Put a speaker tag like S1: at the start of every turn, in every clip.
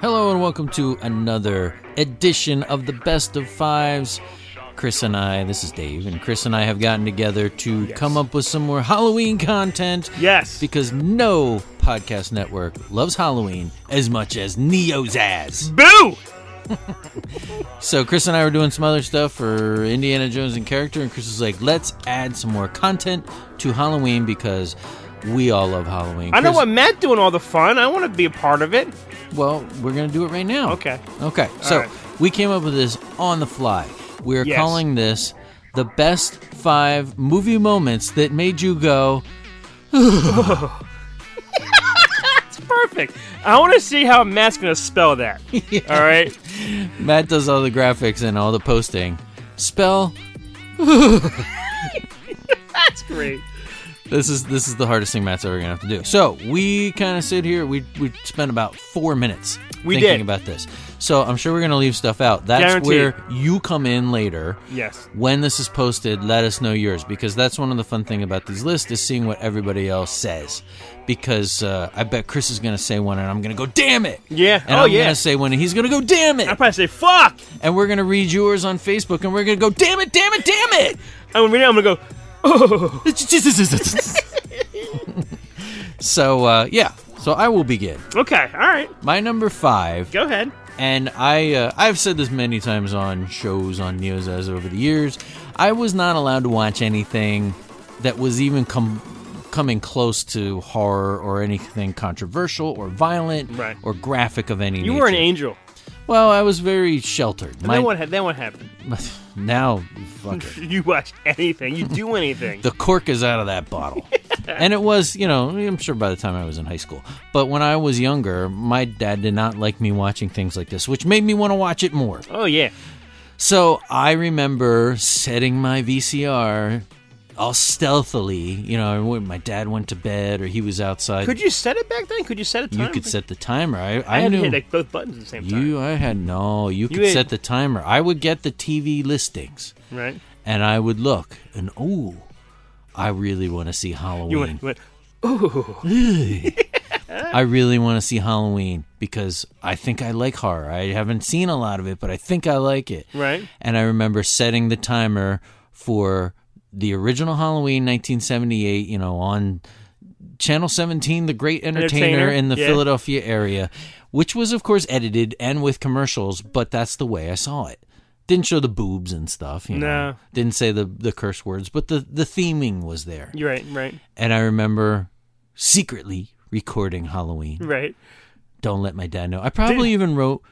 S1: Hello and welcome to another edition of the Best of Fives. Chris and I, this is Dave, and Chris and I have gotten together to come up with some more Halloween content.
S2: Yes.
S1: Because no podcast network loves Halloween as much as Neo's ass.
S2: Boo!
S1: So Chris and I were doing some other stuff for Indiana Jones and character, and Chris was like, let's add some more content to Halloween because we all love Halloween.
S2: I know
S1: Chris-
S2: what Matt doing all the fun. I want to be a part of it.
S1: Well, we're going to do it right now.
S2: Okay.
S1: Okay. So
S2: right.
S1: we came up with this on the fly. We're
S2: Yes.
S1: calling this the best five movie moments that made you go,
S2: It's perfect. I want to see how Matt's gonna spell that. All right.
S1: Matt does all the graphics and all the posting. Spell.
S2: That's great.
S1: This is this is the hardest thing Matt's ever gonna have to do. So we kind of sit here. We we spent about four minutes
S2: We
S1: thinking
S2: did.
S1: about this. So I'm sure we're gonna leave stuff out. That's
S2: Guaranteed.
S1: where you come in later.
S2: Yes.
S1: when this is posted, let us know yours because that's one of the fun thing about these lists is seeing what everybody else says. Because uh, I bet Chris is going to say one, and I'm going to go, "Damn it!"
S2: Yeah.
S1: And
S2: Oh,
S1: I'm
S2: yeah.
S1: going to say one, and he's going to go, "Damn
S2: I
S1: it!"
S2: probably say fuck.
S1: And we're going to read yours on Facebook, and we're going to go, "Damn it! Damn it! Damn
S2: I'm gonna read it. I'm gonna go. Oh.
S1: it!" so uh, yeah, so I will begin.
S2: Okay. All right.
S1: My number five
S2: Go ahead.
S1: and I uh, I've said this many times on shows on Neozaz over the years. I was not allowed to watch anything that was even com- coming close to horror or anything controversial or violent
S2: Right.
S1: or graphic of any
S2: You were an
S1: nature.
S2: angel.
S1: Well, I was very sheltered.
S2: And then what? ha- Then what happened?
S1: now, fucker.
S2: You watch anything. You do anything.
S1: the cork is out of that bottle. and it was, you know, I'm sure by the time I was in high school. But when I was younger, my dad did not like me watching things like this, which made me want to watch it more.
S2: oh yeah.
S1: So I remember setting my VCR all stealthily. You know, when my dad went to bed or he was outside.
S2: Could you set it back then? Could you set it?
S1: you could set the timer. I,
S2: I
S1: I,
S2: had to
S1: knew.
S2: hit like both buttons at the same time.
S1: you, I had no. You could
S2: had-
S1: set the timer. I would get the TV listings,
S2: Right.
S1: and I would look, and oh, I really want to see Halloween.
S2: You went. you went
S1: I really want to see Halloween because I think I like horror. I haven't seen a lot of it, but I think I like it.
S2: Right.
S1: And I remember setting the timer for the original Halloween 1978, you know, on Channel 17, The Great Entertainer,
S2: Entertainer,
S1: in the
S2: yeah.
S1: Philadelphia area, which was, of course, edited and with commercials, but that's the way I saw it. Didn't show the boobs and stuff, you know.
S2: No.
S1: Didn't say the, the curse words, but the, the theming was there.
S2: You're right. Right.
S1: And I remember secretly recording Halloween
S2: Right.
S1: don't let my dad know. I probably even wrote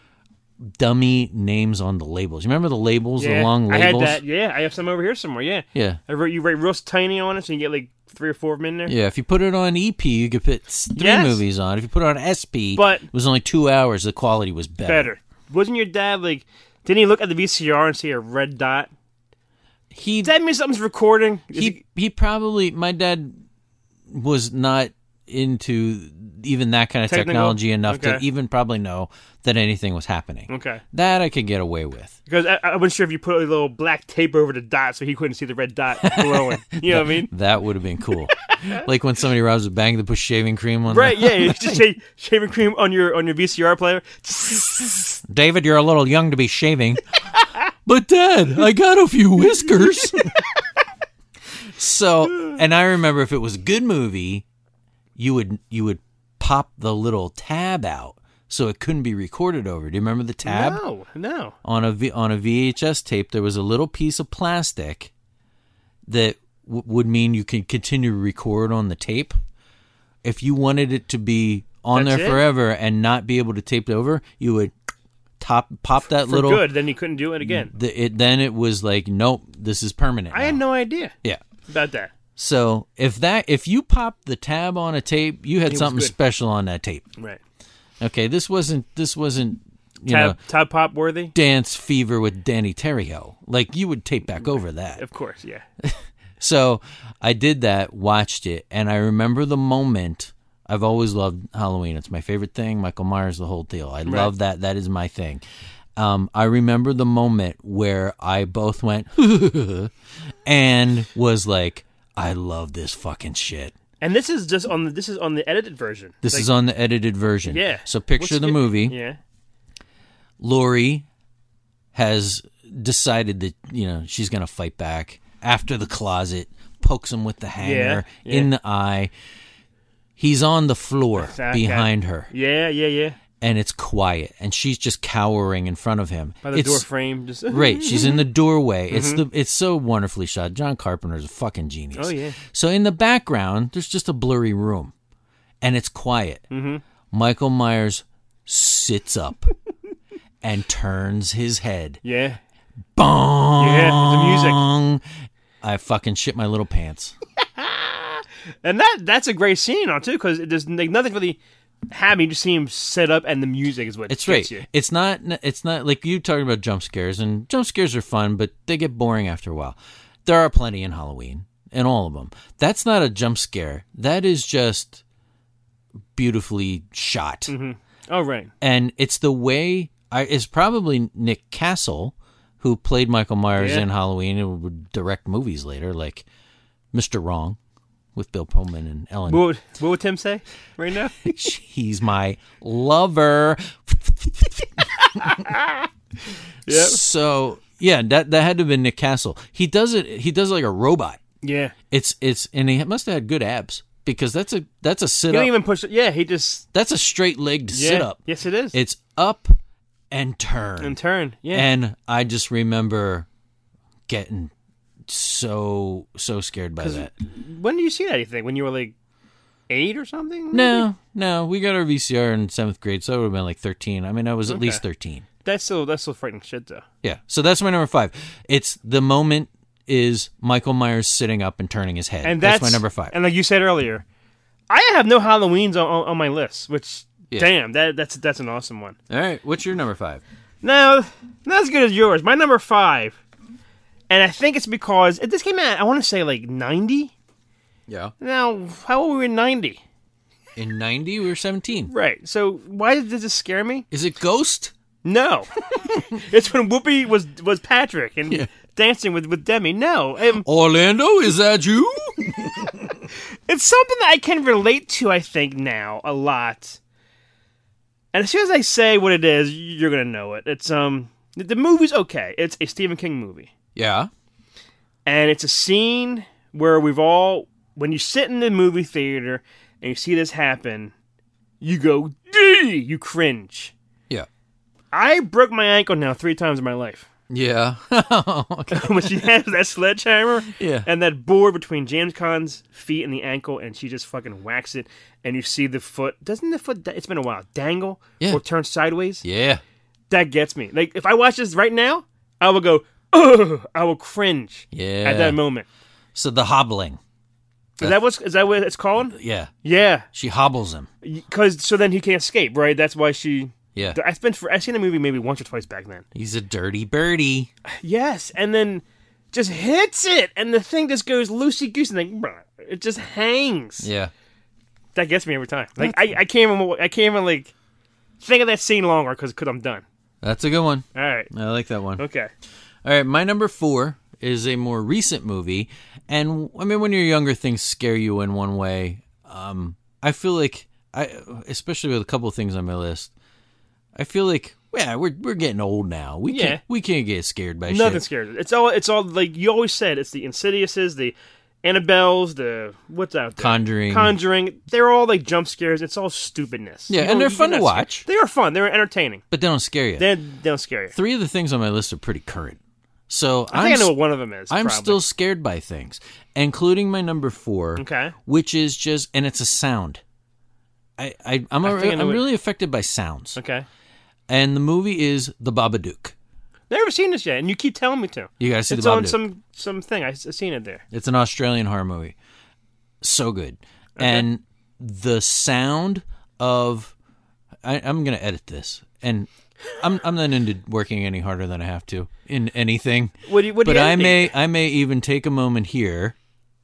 S1: dummy names on the labels. You remember the labels,
S2: Yeah.
S1: the long
S2: I had
S1: labels?
S2: that. Yeah. I have some over here somewhere. Yeah.
S1: Yeah.
S2: I wrote you write real tiny on it, so you get like three or four of them in there.
S1: Yeah, if you put it on EP, you could put s- three
S2: Yes.
S1: movies on. If you put it on SP,
S2: But-
S1: it was only two hours. The quality was better.
S2: Better. Wasn't your dad like? Didn't he look at the VCR and see a red dot?
S1: He
S2: Does that mean something's recording? Is
S1: he he probably my dad was not into even that kind of
S2: Technical?
S1: technology enough to
S2: Okay. Mm.
S1: even probably know that anything was happening.
S2: it- okay.
S1: That I could get away with.
S2: Because I, I wasn't sure if you put a little black tape over the dot so he couldn't see the red dot glowing. you know what I mean?
S1: That would have been cool. like when somebody robs a bank, they put shaving cream on. the-
S2: Right? Yeah. You just shave, shaving cream on your on your VCR player.
S1: David, you're a little young to be shaving. but Dad, I got a few whiskers. so, and I remember if it was a good movie, you would you would pop the little tab out so it couldn't be recorded over. Do you remember the tab
S2: No, no.
S1: on a v, on a VHS tape? There was a little piece of plastic that w- would mean you could continue to record on the tape. If you wanted it to be on
S2: That's
S1: there
S2: it?
S1: forever and not be able to tape it over, you would top pop that
S2: For
S1: little
S2: good, then you couldn't do it again.
S1: the, it then it was like nope this is permanent
S2: I had
S1: now.
S2: no idea
S1: yeah
S2: about that.
S1: so if that if you popped the tab on a tape you had something
S2: good.
S1: special on that tape
S2: Right.
S1: okay this wasn't this wasn't you know
S2: Tab, tab pop worthy.
S1: dance fever with danny terrio like you would tape back over that
S2: Of course, yeah.
S1: so i did that watched it and i remember the moment i've always loved halloween it's my favorite thing michael myers the whole deal i love that that is my thing um, I remember the moment where I both went and was like, I love this fucking shit.
S2: And this is just on the, this is on the edited version.
S1: This is on the edited version.
S2: Yeah.
S1: So picture
S2: What's
S1: the
S2: it-
S1: movie.
S2: Yeah.
S1: Lori has decided that you know she's going to fight back after the closet pokes him with the hanger
S2: Yeah, yeah.
S1: in the eye. He's on the floor
S2: Exactly.
S1: behind her,
S2: Yeah, yeah, yeah.
S1: and it's quiet, and she's just cowering in front of him.
S2: By the
S1: It's-
S2: door frame, just
S1: Right, she's in the doorway. It's the it's so wonderfully shot. John Carpenter's a fucking genius.
S2: Oh, yeah.
S1: So in the background, there's just a blurry room, and it's quiet. Mm-hmm. Michael Myers sits up and turns his head.
S2: yeah,
S1: Bong.
S2: yeah. The music.
S1: I fucking shit my little pants.
S2: And that that's a great scene on too, because there's like, nothing really happening. You just see him set up, and the music is what
S1: It's right.
S2: gets you.
S1: It's not. It's not like you talking about jump scares, and jump scares are fun, but they get boring after a while. There are plenty in Halloween, in all of them. That's not a jump scare. That is just beautifully shot,
S2: Oh right,
S1: and it's the way. I, it's probably Nick Castle, who played Michael Myers
S2: Yeah.
S1: in Halloween and would direct movies later, like Mr. Wrong, with Bill Pullman and Ellen.
S2: what would, what would Tim say right now?
S1: She's my lover.
S2: Yep.
S1: So yeah, that that had to have been Nick Castle. He does it. He does it like a robot.
S2: Yeah,
S1: It's it's and he must have had good abs because that's a that's a sit
S2: he
S1: up.
S2: didn't even push. it. Yeah, he just
S1: that's a straight legged
S2: yeah.
S1: sit up.
S2: Yes, it is.
S1: It's up and turn.
S2: and turn. Yeah,
S1: And I just remember getting so so scared by that.
S2: when did you see that? You think when you were like eight or something?
S1: No, no, we got our VCR in seventh grade, so I would have been like thirteen. I mean, I was at least thirteen.
S2: that's still that's still frightening shit though.
S1: Yeah. So that's my number five. It's the moment is Michael Myers sitting up and turning his head.
S2: And that's,
S1: my number five.
S2: And like you said earlier, I have no Halloweens on, on, on my list. Which
S1: Yeah.
S2: damn, that that's that's an awesome one.
S1: All right. What's your number five?
S2: No, not as good as yours. My number five, and I think it's because it, this came out. I want to say like ninety.
S1: Yeah.
S2: Now, how old were we in ninety?
S1: In ninety, we were seventeen.
S2: Right. So why did this scare me?
S1: Is it Ghost?
S2: No, it's when Whoopi was was Patrick and
S1: Yeah.
S2: dancing with with Demi. No, um,
S1: Orlando, is that you?
S2: it's something that I can relate to. I think now a lot. And as soon as I say what it is, you're gonna know it. It's um the- the movie's okay. It's a Stephen King movie.
S1: yeah.
S2: and it's a scene where we've all when you sit in the movie theater and you see this happen you go "Gee!" you cringe
S1: Yeah.
S2: i broke my ankle now three times in my life
S1: Yeah. okay.
S2: when she has that sledgehammer
S1: Yeah.
S2: and that board between james Conn's feet and the ankle and she just fucking whacks it and you see the foot doesn't the foot da- it's been a while dangle
S1: Yeah.
S2: or turn sideways
S1: Yeah.
S2: that gets me like if i watch this right now i will go Ugh, i will cringe
S1: Yeah. Uh,
S2: at that moment
S1: so the hobbling.
S2: is that what's is that what it's called
S1: Yeah.
S2: yeah
S1: She hobbles him.
S2: because so then he can't escape, right? That's why she.
S1: Yeah.
S2: I spent for I seen the movie maybe once or twice back then.
S1: He's a dirty birdie.
S2: Yes, and then just hits it, and the thing just goes loosey goose, and like brr, it just hangs.
S1: Yeah.
S2: That gets me every time. Like I, I can't even I can't even like think of that scene longer because because I'm done.
S1: That's a good one.
S2: All right,
S1: I like that one.
S2: okay,
S1: All right, my number four is a more recent movie, and I mean, when you're younger, things scare you in one way. Um, I feel like I, especially with a couple of things on my list, I feel like yeah, we're we're getting old now. We
S2: Yeah.
S1: can't we can't get scared by
S2: nothing
S1: shit.
S2: scared. It's all it's all like you always said. It's the Insidiouses, the Annabelles, the what's out there.
S1: Conjuring.
S2: Conjuring, they're all like jump scares. It's all stupidness.
S1: Yeah,
S2: You
S1: and
S2: know,
S1: they're
S2: you're
S1: fun to
S2: not scared.
S1: watch.
S2: They are fun. They're entertaining.
S1: but they don't scare you.
S2: They're, they don't scare you.
S1: Three of the things on my list are pretty current, so
S2: I think
S1: am
S2: i know what one of them is.
S1: I'm
S2: probably.
S1: still scared by things, including my number four,
S2: Okay.
S1: which is just and it's a sound. I, I I'm a,
S2: I think I know
S1: I'm
S2: what-
S1: really affected by sounds.
S2: okay.
S1: and the movie is The Babadook.
S2: Never seen this yet, and you keep telling me to.
S1: You gotta see
S2: It's
S1: The Babadook.
S2: on some some thing. I, I seen it there.
S1: It's an Australian horror movie, so good, and the sound of I, I'm gonna edit this, and I'm I'm not into working any harder than I have to in anything.
S2: What do you? What do
S1: But
S2: you
S1: I
S2: think?
S1: may I may even take a moment here.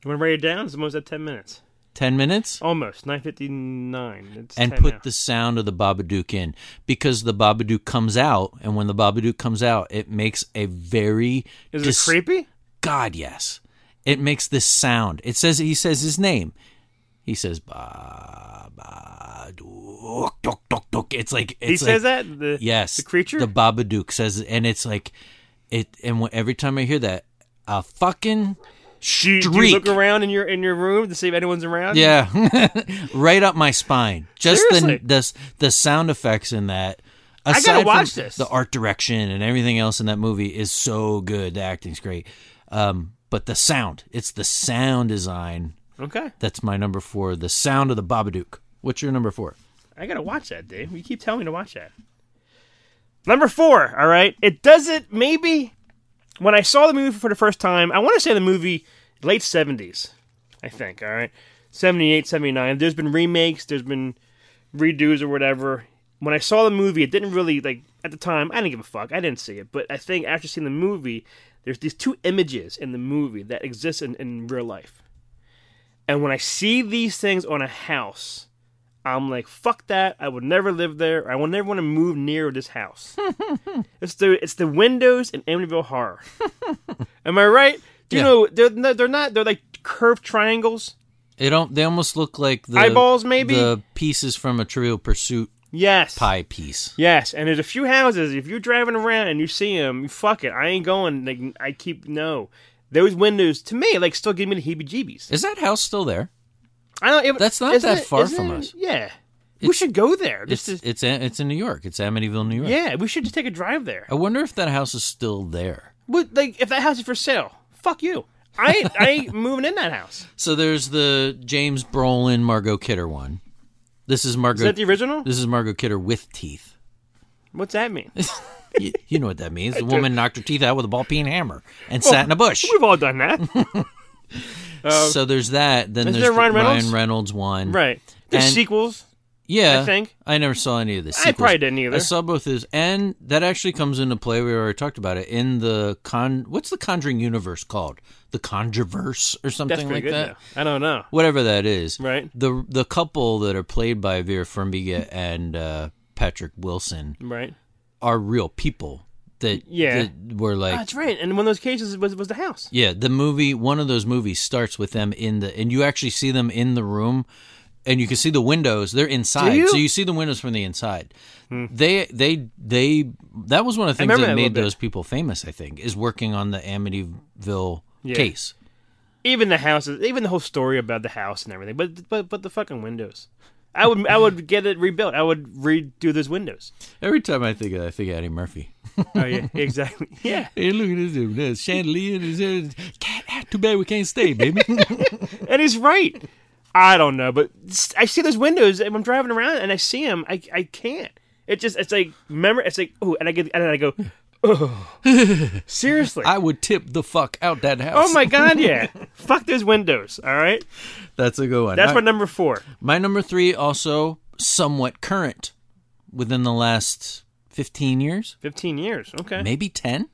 S2: You want to write it down? It's almost at ten minutes.
S1: Ten minutes.
S2: Almost nine fifty nine. It's
S1: and
S2: 10
S1: put
S2: now.
S1: the sound of the Babadook in because the Babadook comes out, and when the Babadook comes out, it makes a very
S2: Is it
S1: dis-
S2: creepy?
S1: God, yes, it makes this sound. It says he says his name. He says Baba Babadook. Duk, duk, duk. It's like it's
S2: he
S1: like,
S2: says that the
S1: Yes,
S2: the creature.
S1: the Babadook says, and it's like it. And wh- every time I hear that, a fucking
S2: She, do you
S1: streak.
S2: look around in your in your room to see if anyone's around.
S1: yeah, right up my spine. Just
S2: Seriously.
S1: the the s- the sound effects in that.
S2: gotta
S1: Aside from
S2: watch this.
S1: The art direction and everything else in that movie is so good. The acting's great, um, but the sound. It's the sound design
S2: Okay.
S1: that's my number four. The sound of the Babadook. What's your number four?
S2: I gotta watch that, Dave. You keep telling me to watch that. Number four, all right. It does it maybe when I saw the movie for the first time, I want to say the movie late seventies, I think, all right. 78, 79. There's been remakes, there's been redos or whatever. When I saw the movie, it didn't really like at the time, I didn't give a fuck. I didn't see it. But I think after seeing the movie, there's these two images in the movie that exist in, in real life. And when I see these things on a house, I'm like, fuck that. I would never live there. I will never want to move near this house. it's the it's the windows in Amityville Horror. Am I right? Do you
S1: Yeah.
S2: know they're no- they're not they're like curved triangles?
S1: They don't. They almost look like the
S2: Eyeballs, maybe?
S1: the pieces from a Trivial Pursuit
S2: Yes.
S1: pie piece.
S2: Yes, and there's a few houses. If you're driving around and you see them, fuck it. I ain't going. Like I keep no. Those windows to me like still give me the heebie-jeebies.
S1: Is that house still there?
S2: I don't. It,
S1: That's not
S2: isn't
S1: that
S2: it-
S1: far
S2: isn't
S1: from
S2: it-
S1: us.
S2: Yeah, we should go there.
S1: It's
S2: Just to,
S1: it's in- it's in New York. It's Amityville, New York.
S2: yeah, we should just take a drive there.
S1: I wonder if that house is still there.
S2: But like, if that house is for sale, fuck you. I ain't, I ain't moving in that house.
S1: So there's the James Brolin Margot Kidder one. This is
S2: Is
S1: Margot.
S2: that the original?
S1: this is Margot Kidder with teeth.
S2: What's that mean?
S1: You, you know what that means. The woman knocked her teeth out with a ball peen hammer and sat in
S2: Oh,
S1: a bush.
S2: We've all done that,
S1: so there's that. Then
S2: Is
S1: there's
S2: there
S1: the
S2: Ryan Reynolds?
S1: Reynolds one.
S2: right? There's
S1: And-
S2: sequels.
S1: Yeah,
S2: I think.
S1: I never saw any of the
S2: I
S1: sequels.
S2: probably didn't either.
S1: I saw both of those, and that actually comes into play. We already talked about it in the con. What's the Conjuring universe called? The Conjureverse or something
S2: That's pretty
S1: like
S2: good.
S1: that.
S2: though. I don't know.
S1: Whatever that is,
S2: Right.
S1: The the couple that are played by Vera Farmiga and uh, Patrick Wilson
S2: Right.
S1: are real people that
S2: Yeah.
S1: that were
S2: Oh,
S1: like
S2: that's right. And one of those cases was was the house.
S1: yeah, the movie, one of those movies starts with them in the, and you actually see them in the room, and you can see the windows. They're inside,
S2: Do you? Hmm.
S1: so you see the windows from the inside. They, they, they. That was one of the
S2: I
S1: things that,
S2: remember that a little
S1: made
S2: bit.
S1: those people famous. I think is working on the Amityville
S2: Yeah.
S1: case.
S2: Even the houses. Even the whole story about the house and everything. But but but the fucking windows. I would I would get it rebuilt. I would redo those windows.
S1: Every time I think of that, I think of Eddie Murphy.
S2: Oh yeah, exactly. Yeah.
S1: Hey, look at this, dude. This chandelier. This, can't, ah, too bad we can't stay, baby.
S2: and he's right. I don't know, but s- I see those windows, and I'm driving around, and I see them. I, I can't. It just it's like remember it's like oh, and I get and then I go, oh, seriously.
S1: I would tip the fuck out that house.
S2: Oh my god, yeah. Fuck those windows, all right?
S1: that's a good one.
S2: That's
S1: I-
S2: my number four.
S1: My number three, also somewhat current within the last 15 years,
S2: 15 years, okay.
S1: maybe 10.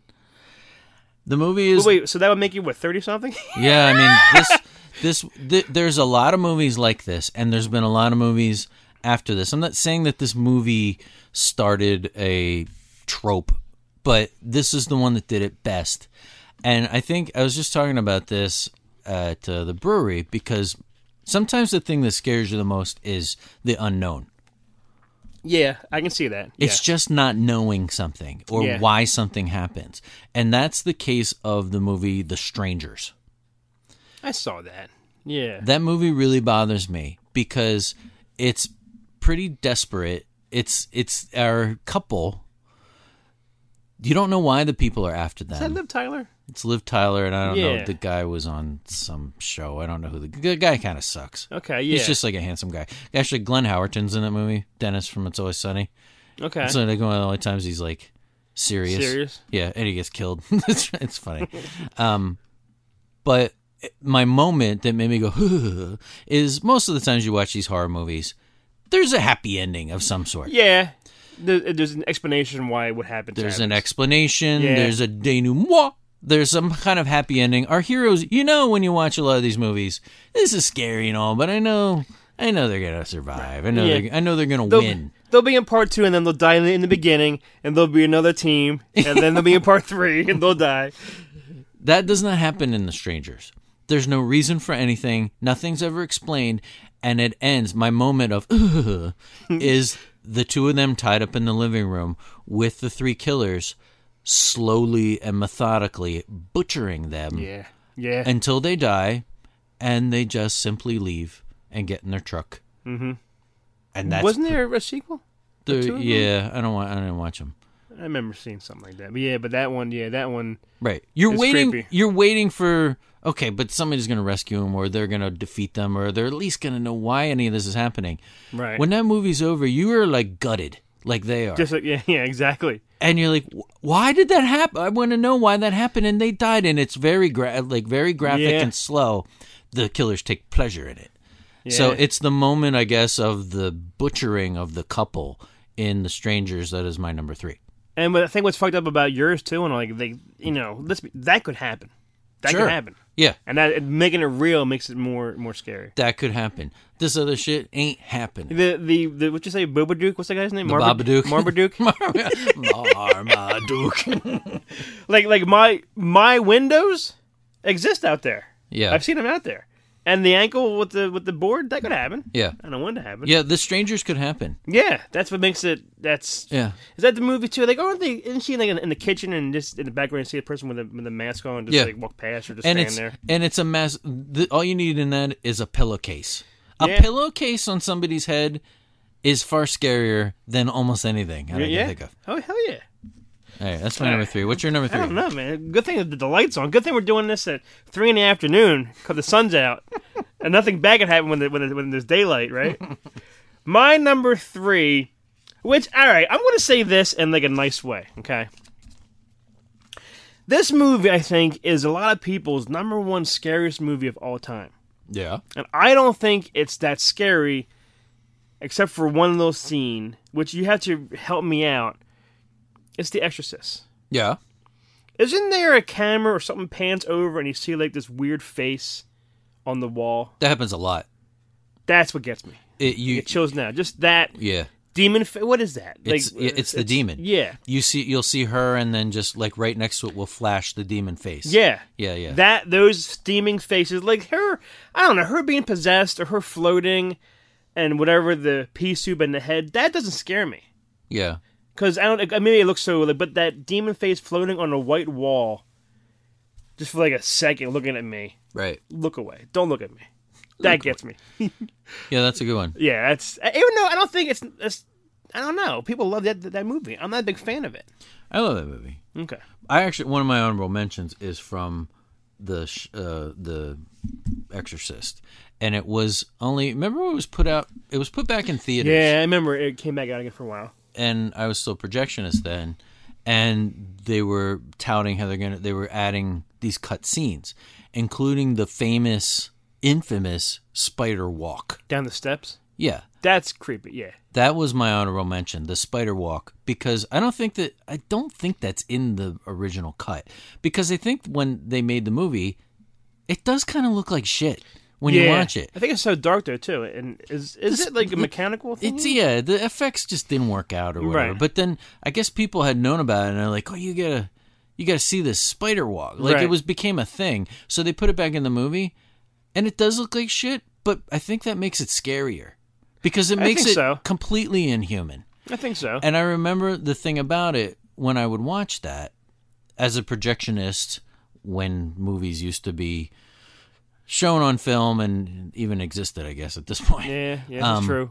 S1: The movie is.
S2: Wait, so that would make you, what, 30 something?
S1: Yeah, I mean, this. this th- there's a lot of movies like this, and there's been a lot of movies after this. I'm not saying that this movie started a trope, but this is the one that did it best. And I think I was just talking about this at uh, the brewery because sometimes the thing that scares you the most is the unknown.
S2: yeah, I can see that. Yeah.
S1: It's just not knowing something or
S2: Yeah.
S1: why something happens. And that's the case of the movie The Strangers.
S2: I saw that. Yeah.
S1: That movie really bothers me because it's pretty desperate. It's it's our couple. You don't know why the people are after them.
S2: Is that Liv Tyler?
S1: it's Liv Tyler and I don't
S2: Yeah.
S1: know the guy was on some show. I don't know who the, the guy kind of sucks.
S2: Okay, yeah.
S1: He's just like a handsome guy. Actually, Glenn Howerton's in that movie. Dennis from It's Always Sunny.
S2: okay.
S1: It's like one of the only times he's like serious.
S2: Serious?
S1: Yeah, and he gets killed. it's, it's funny. um, but it- my moment that made me go is most of the times you watch these horror movies, there's a happy ending of some sort.
S2: yeah. There- There's an explanation why what happened.
S1: There's an
S2: happens.
S1: explanation.
S2: Yeah.
S1: There's a denouement. There's some kind of happy ending. Our heroes, you know, when you watch a lot of these movies, this is scary and all, but I know, I know they're gonna survive. I know,
S2: Yeah.
S1: they're, I know they're gonna
S2: They'll,
S1: win.
S2: they'll be in part two, and then they'll die in the, in the beginning, and there'll be another team, and then they'll be in part three, and they'll die.
S1: That does not happen in The Strangers. There's no reason for anything. Nothing's ever explained. and it ends. My moment of "Ugh," is the two of them tied up in the living room with the three killers slowly and methodically butchering them
S2: Yeah. Yeah.
S1: until they die, and they just simply leave and get in their truck. Mm-hmm. And that's
S2: Wasn't there a sequel?
S1: the-
S2: two of them?
S1: yeah. I don't want. I didn't watch them.
S2: I remember seeing something like that. But yeah, but that one, yeah, that one.
S1: Right. You're
S2: It's
S1: waiting.
S2: creepy.
S1: You're waiting for okay, but somebody's going to rescue him, or they're going to defeat them, or they're at least going to know why any of this is happening.
S2: Right.
S1: When that movie's over, you are like gutted, like they are,
S2: Just like yeah, yeah, exactly.
S1: and you're like, "Wh- why did that happen? I want to know why that happened. And they died, and it's very gra- like very graphic
S2: Yeah.
S1: and slow. The killers take pleasure in it. So
S2: Yeah.
S1: it's the moment, I guess, of the butchering of the couple in The Strangers. That is my number three.
S2: And but I think what's fucked up about yours too, and like they, you know, let's be, that could happen. That
S1: Sure.
S2: could happen.
S1: Yeah,
S2: And that and making it real makes it more more scary.
S1: that could happen. This other shit ain't happening.
S2: The the, the what you say, Bobaduke? What's that guy's name?
S1: Babadook.
S2: Marbaduke.
S1: Marmaduke.
S2: like like my my windows exist out there.
S1: Yeah.
S2: I've seen them out there. And the ankle with the with the board that could happen.
S1: Yeah.
S2: I don't want it to happen.
S1: Yeah, the strangers could happen.
S2: Yeah, that's what makes it. That's
S1: Yeah.
S2: Is that the movie too? Like, aren't they? Isn't she like in, in the kitchen and just in the background see a person with a with a mask on, just
S1: Yeah.
S2: like walk past or just
S1: And
S2: stand
S1: it's
S2: there?
S1: and it's a mess. The, all you need in that is a pillowcase. A
S2: Yeah.
S1: pillowcase on somebody's head is far scarier than almost anything that I
S2: yeah.
S1: can think of.
S2: Oh hell yeah!
S1: All right, that's my number three. What's your number
S2: I don't
S1: three?
S2: know, man. Good thing that the lights on. Good thing we're doing this at three in the afternoon because the sun's out and nothing bad can happen when the, when, the, when there's daylight, right? My number three, which all right, I'm gonna say this in like a nice way, okay? This movie, I think, is a lot of people's number one scariest movie of all time.
S1: Yeah.
S2: And I don't think it's that scary, except for one little scene, which you have to help me out. It's The Exorcist.
S1: Yeah.
S2: Isn't there a camera or something pans over and you see like this weird face on the wall?
S1: That happens a lot.
S2: That's what gets me.
S1: It, you,
S2: It chills now. Just that
S1: yeah.
S2: demon. Fa- what is that?
S1: It's yeah, it's the demon.
S2: yeah,
S1: You see you'll see her and then just like right next to it will flash the demon face.
S2: yeah.
S1: Yeah, yeah.
S2: That those steaming faces, like her, I don't know, her being possessed or her floating, and whatever the pea soup in the head. That doesn't scare me.
S1: yeah.
S2: Because I don't. I mean, it looks so. Like, but that demon face floating on a white wall, just for like a second, looking at me.
S1: Right.
S2: Look away. Don't look at me. That gets me.
S1: Yeah, that's a good one.
S2: Yeah, that's. Even though I don't think it's. it's I don't know. People love that that movie. I'm not a big fan of it.
S1: I love that movie.
S2: Okay.
S1: I actually one of my honorable mentions is from the sh- uh, the Exorcist, and it was only remember when it was put out. It was put back in theaters,
S2: Yeah, I remember it came back out again for a while.
S1: and I was still projectionist then, and they were touting how they're gonna they were adding these cut scenes, including the famous, infamous spider walk.
S2: Down the steps.
S1: Yeah,
S2: That's creepy. Yeah.
S1: that was my honorable mention, the spider walk, because I don't think that I don't think that's in the original cut. Because I think when they made the movie, it does kind of look like shit when you
S2: yeah.
S1: watch it.
S2: I think it's so dark though too. And is is it like a mechanical thing?
S1: It's e- yeah, the effects just didn't work out or whatever.
S2: Mm-hmm. Right.
S1: But then I guess people had known about it and they're like, "Oh, you gotta, you gotta see this spider walk." Like it
S2: Right.
S1: was became a thing, so they put it back in the movie, and it does look like shit. But I think that makes it scarier because it makes
S2: think
S1: it
S2: so.
S1: completely inhuman.
S2: I think so.
S1: And I remember the thing about it when I would watch that as a projectionist when movies used to be shown on film and even existed, I guess, at this point.
S2: yeah, yeah, that's
S1: Um,
S2: true.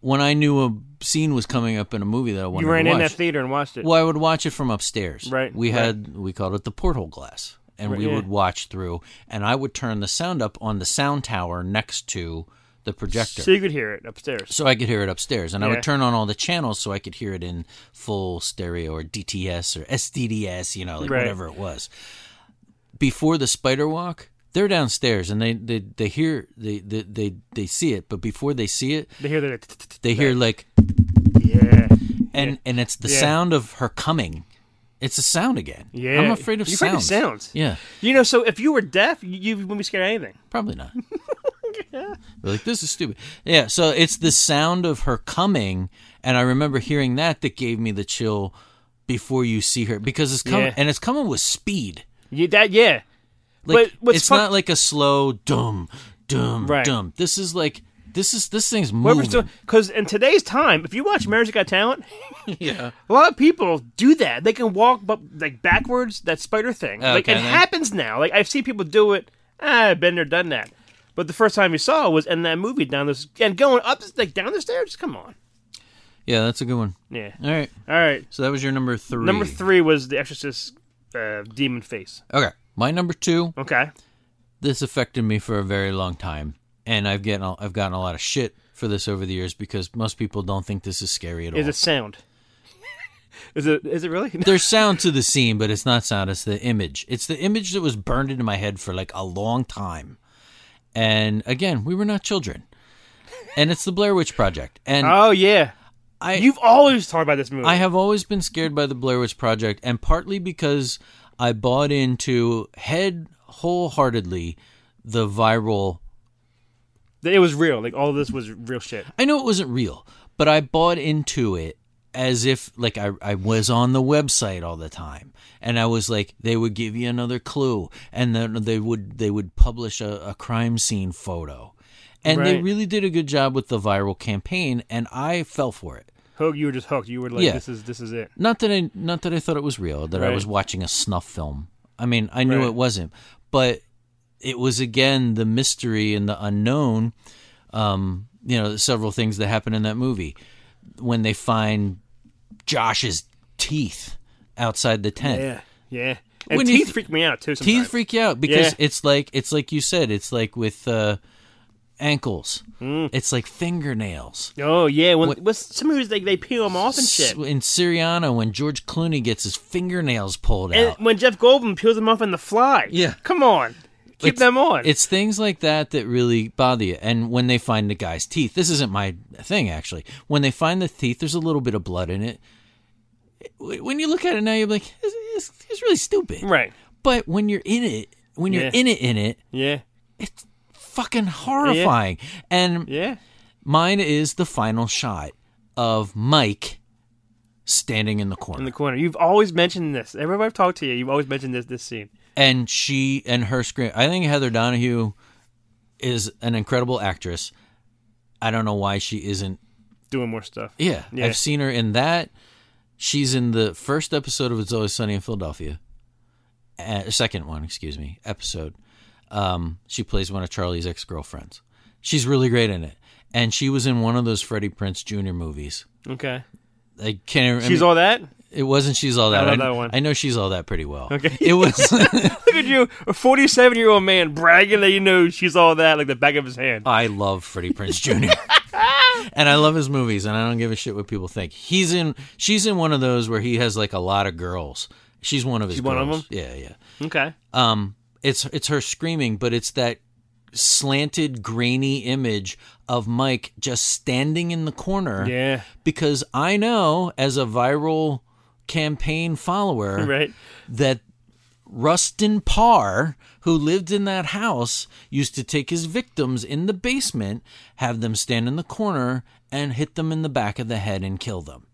S1: When I knew a scene was coming up in a movie that I wanted
S2: You ran
S1: to watch,
S2: in that theater and watched it.
S1: well, I would watch it from upstairs.
S2: Right,
S1: We
S2: right.
S1: had we called it the porthole glass, and we
S2: yeah.
S1: would watch through, and I would turn the sound up on the sound tower next to the projector.
S2: So you could hear it upstairs.
S1: so I could hear it upstairs, and I
S2: Yeah.
S1: would turn on all the channels so I could hear it in full stereo or DTS or SDDS, you know, like
S2: Right.
S1: whatever it was. Before the spider walk, they're downstairs and they they, they hear they, they they they see it, but before they see it,
S2: They hear that.
S1: they hear like
S2: Yeah.
S1: and and it's the
S2: Yeah.
S1: sound of her coming. It's a sound again.
S2: Yeah.
S1: I'm afraid of
S2: You're afraid of
S1: sounds.
S2: sounds.
S1: Yeah,
S2: You know, so if you were deaf, you, you wouldn't be scared of anything.
S1: probably not. They're like this is stupid. Yeah, so it's the sound of her coming, and I remember hearing that that gave me the chill before you see her because it's coming
S2: Yeah.
S1: and it's coming with speed.
S2: You, that yeah.
S1: Like
S2: But what's
S1: it's
S2: fuck-
S1: not like a slow dum dum
S2: Right.
S1: dum. This is like this is this thing's moving.
S2: Whoever's doing, because in today's time, if you watch America's Got Talent,
S1: yeah.
S2: a lot of people do that. They can walk bu- like backwards that spider thing. like
S1: Okay,
S2: it
S1: then.
S2: happens now. Like I've seen people do it. Ah, I've been there, done that. But the first time you saw it was in that movie down this and going up like down the stairs. Come on,
S1: Yeah, that's a good one.
S2: yeah.
S1: All right.
S2: All right,
S1: So that was your number three.
S2: number three was The Exorcist, uh, demon face.
S1: Okay. My number two.
S2: Okay,
S1: This affected me for a very long time, and I've gotten a- I've gotten a lot of shit for this over the years because most people don't think this is scary at all.
S2: is it sound? is it is it really?
S1: There's sound to the scene, but it's not sound. It's the image. It's the image that was burned into my head for like a long time. And again, we were not children. And it's the Blair Witch Project. And
S2: Oh yeah,
S1: I
S2: you've always talked about this movie.
S1: I have always been scared by the Blair Witch Project, and partly because I bought into head wholeheartedly the viral.
S2: it was real. Like all this was real shit.
S1: I know it wasn't real, but I bought into it as if like I, I was on the website all the time and i was like they would give you another clue and then they would they would publish a, a crime scene photo and they
S2: Right.
S1: really did a good job with the viral campaign and i fell for it
S2: Hook, you were just hooked. You were like,
S1: Yeah.
S2: this is this is it.
S1: Not that I not that I thought it was real, that I
S2: Right.
S1: was watching a snuff film. I mean, I knew
S2: Right.
S1: it wasn't, but it was again the mystery and the unknown. Um, you know, several things that happen in that movie when they find Josh's teeth outside the tent.
S2: Yeah, yeah. And
S1: When you
S2: teeth
S1: th-
S2: freak me out too. Sometimes.
S1: Teeth freak you out because
S2: Yeah.
S1: it's like it's like you said, it's like with uh, ankles.
S2: Mm.
S1: It's like fingernails.
S2: Oh yeah, when with some movies they they peel them off and shit.
S1: In Syriana, when George Clooney gets his fingernails pulled out,
S2: And when Jeff Goldblum peels them off in The Fly.
S1: Yeah.
S2: come on, keep
S1: It's-
S2: them on.
S1: It's things like that that really bother you. And when they find the guy's teeth, this isn't my thing actually. When they find the teeth, there's a little bit of blood in it. When you look at it now, you're like, it's, it's, it's really stupid.
S2: right.
S1: But when you're in it, when you're
S2: Yeah.
S1: in it, in it,
S2: Yeah,
S1: it's fucking horrifying. And
S2: yeah.
S1: mine is the final shot of Mike standing in the corner.
S2: In the corner, you've always mentioned this. Everybody I've talked to you, you've always mentioned this. This scene.
S1: and she and her screen. I think Heather Donahue is an incredible actress. I don't know why she isn't.
S2: Doing more stuff.
S1: Yeah,
S2: Yeah.
S1: I've seen her in that. She's in the first episode of It's Always Sunny in Philadelphia. Uh, second one, excuse me, episode. Um, she plays one of Charlie's ex girlfriends. She's really great in it, and she was in one of those Freddie Prince Jr. movies.
S2: Okay.
S1: I can't.
S2: She's all that.
S1: it wasn't. She's all that.
S2: I love that one.
S1: I know she's all that pretty well.
S2: Okay.
S1: It was.
S2: Look at you, a forty-seven-year-old man bragging that you know she's all that, like the back of his hand.
S1: I love Freddie Prince Jr. and I love his movies, and I don't give a shit what people think. He's in, she's in one of those where he has like a lot of girls. She's one of his.
S2: She's one of
S1: girls. Yeah, yeah.
S2: Okay.
S1: Um, it's it's her screaming, but it's that slanted, grainy image of Mike just standing in the corner.
S2: Yeah.
S1: Because I know as a viral campaign follower,
S2: Right.
S1: that Rustin Parr, who lived in that house, used to take his victims in the basement, have them stand in the corner, and hit them in the back of the head and kill them.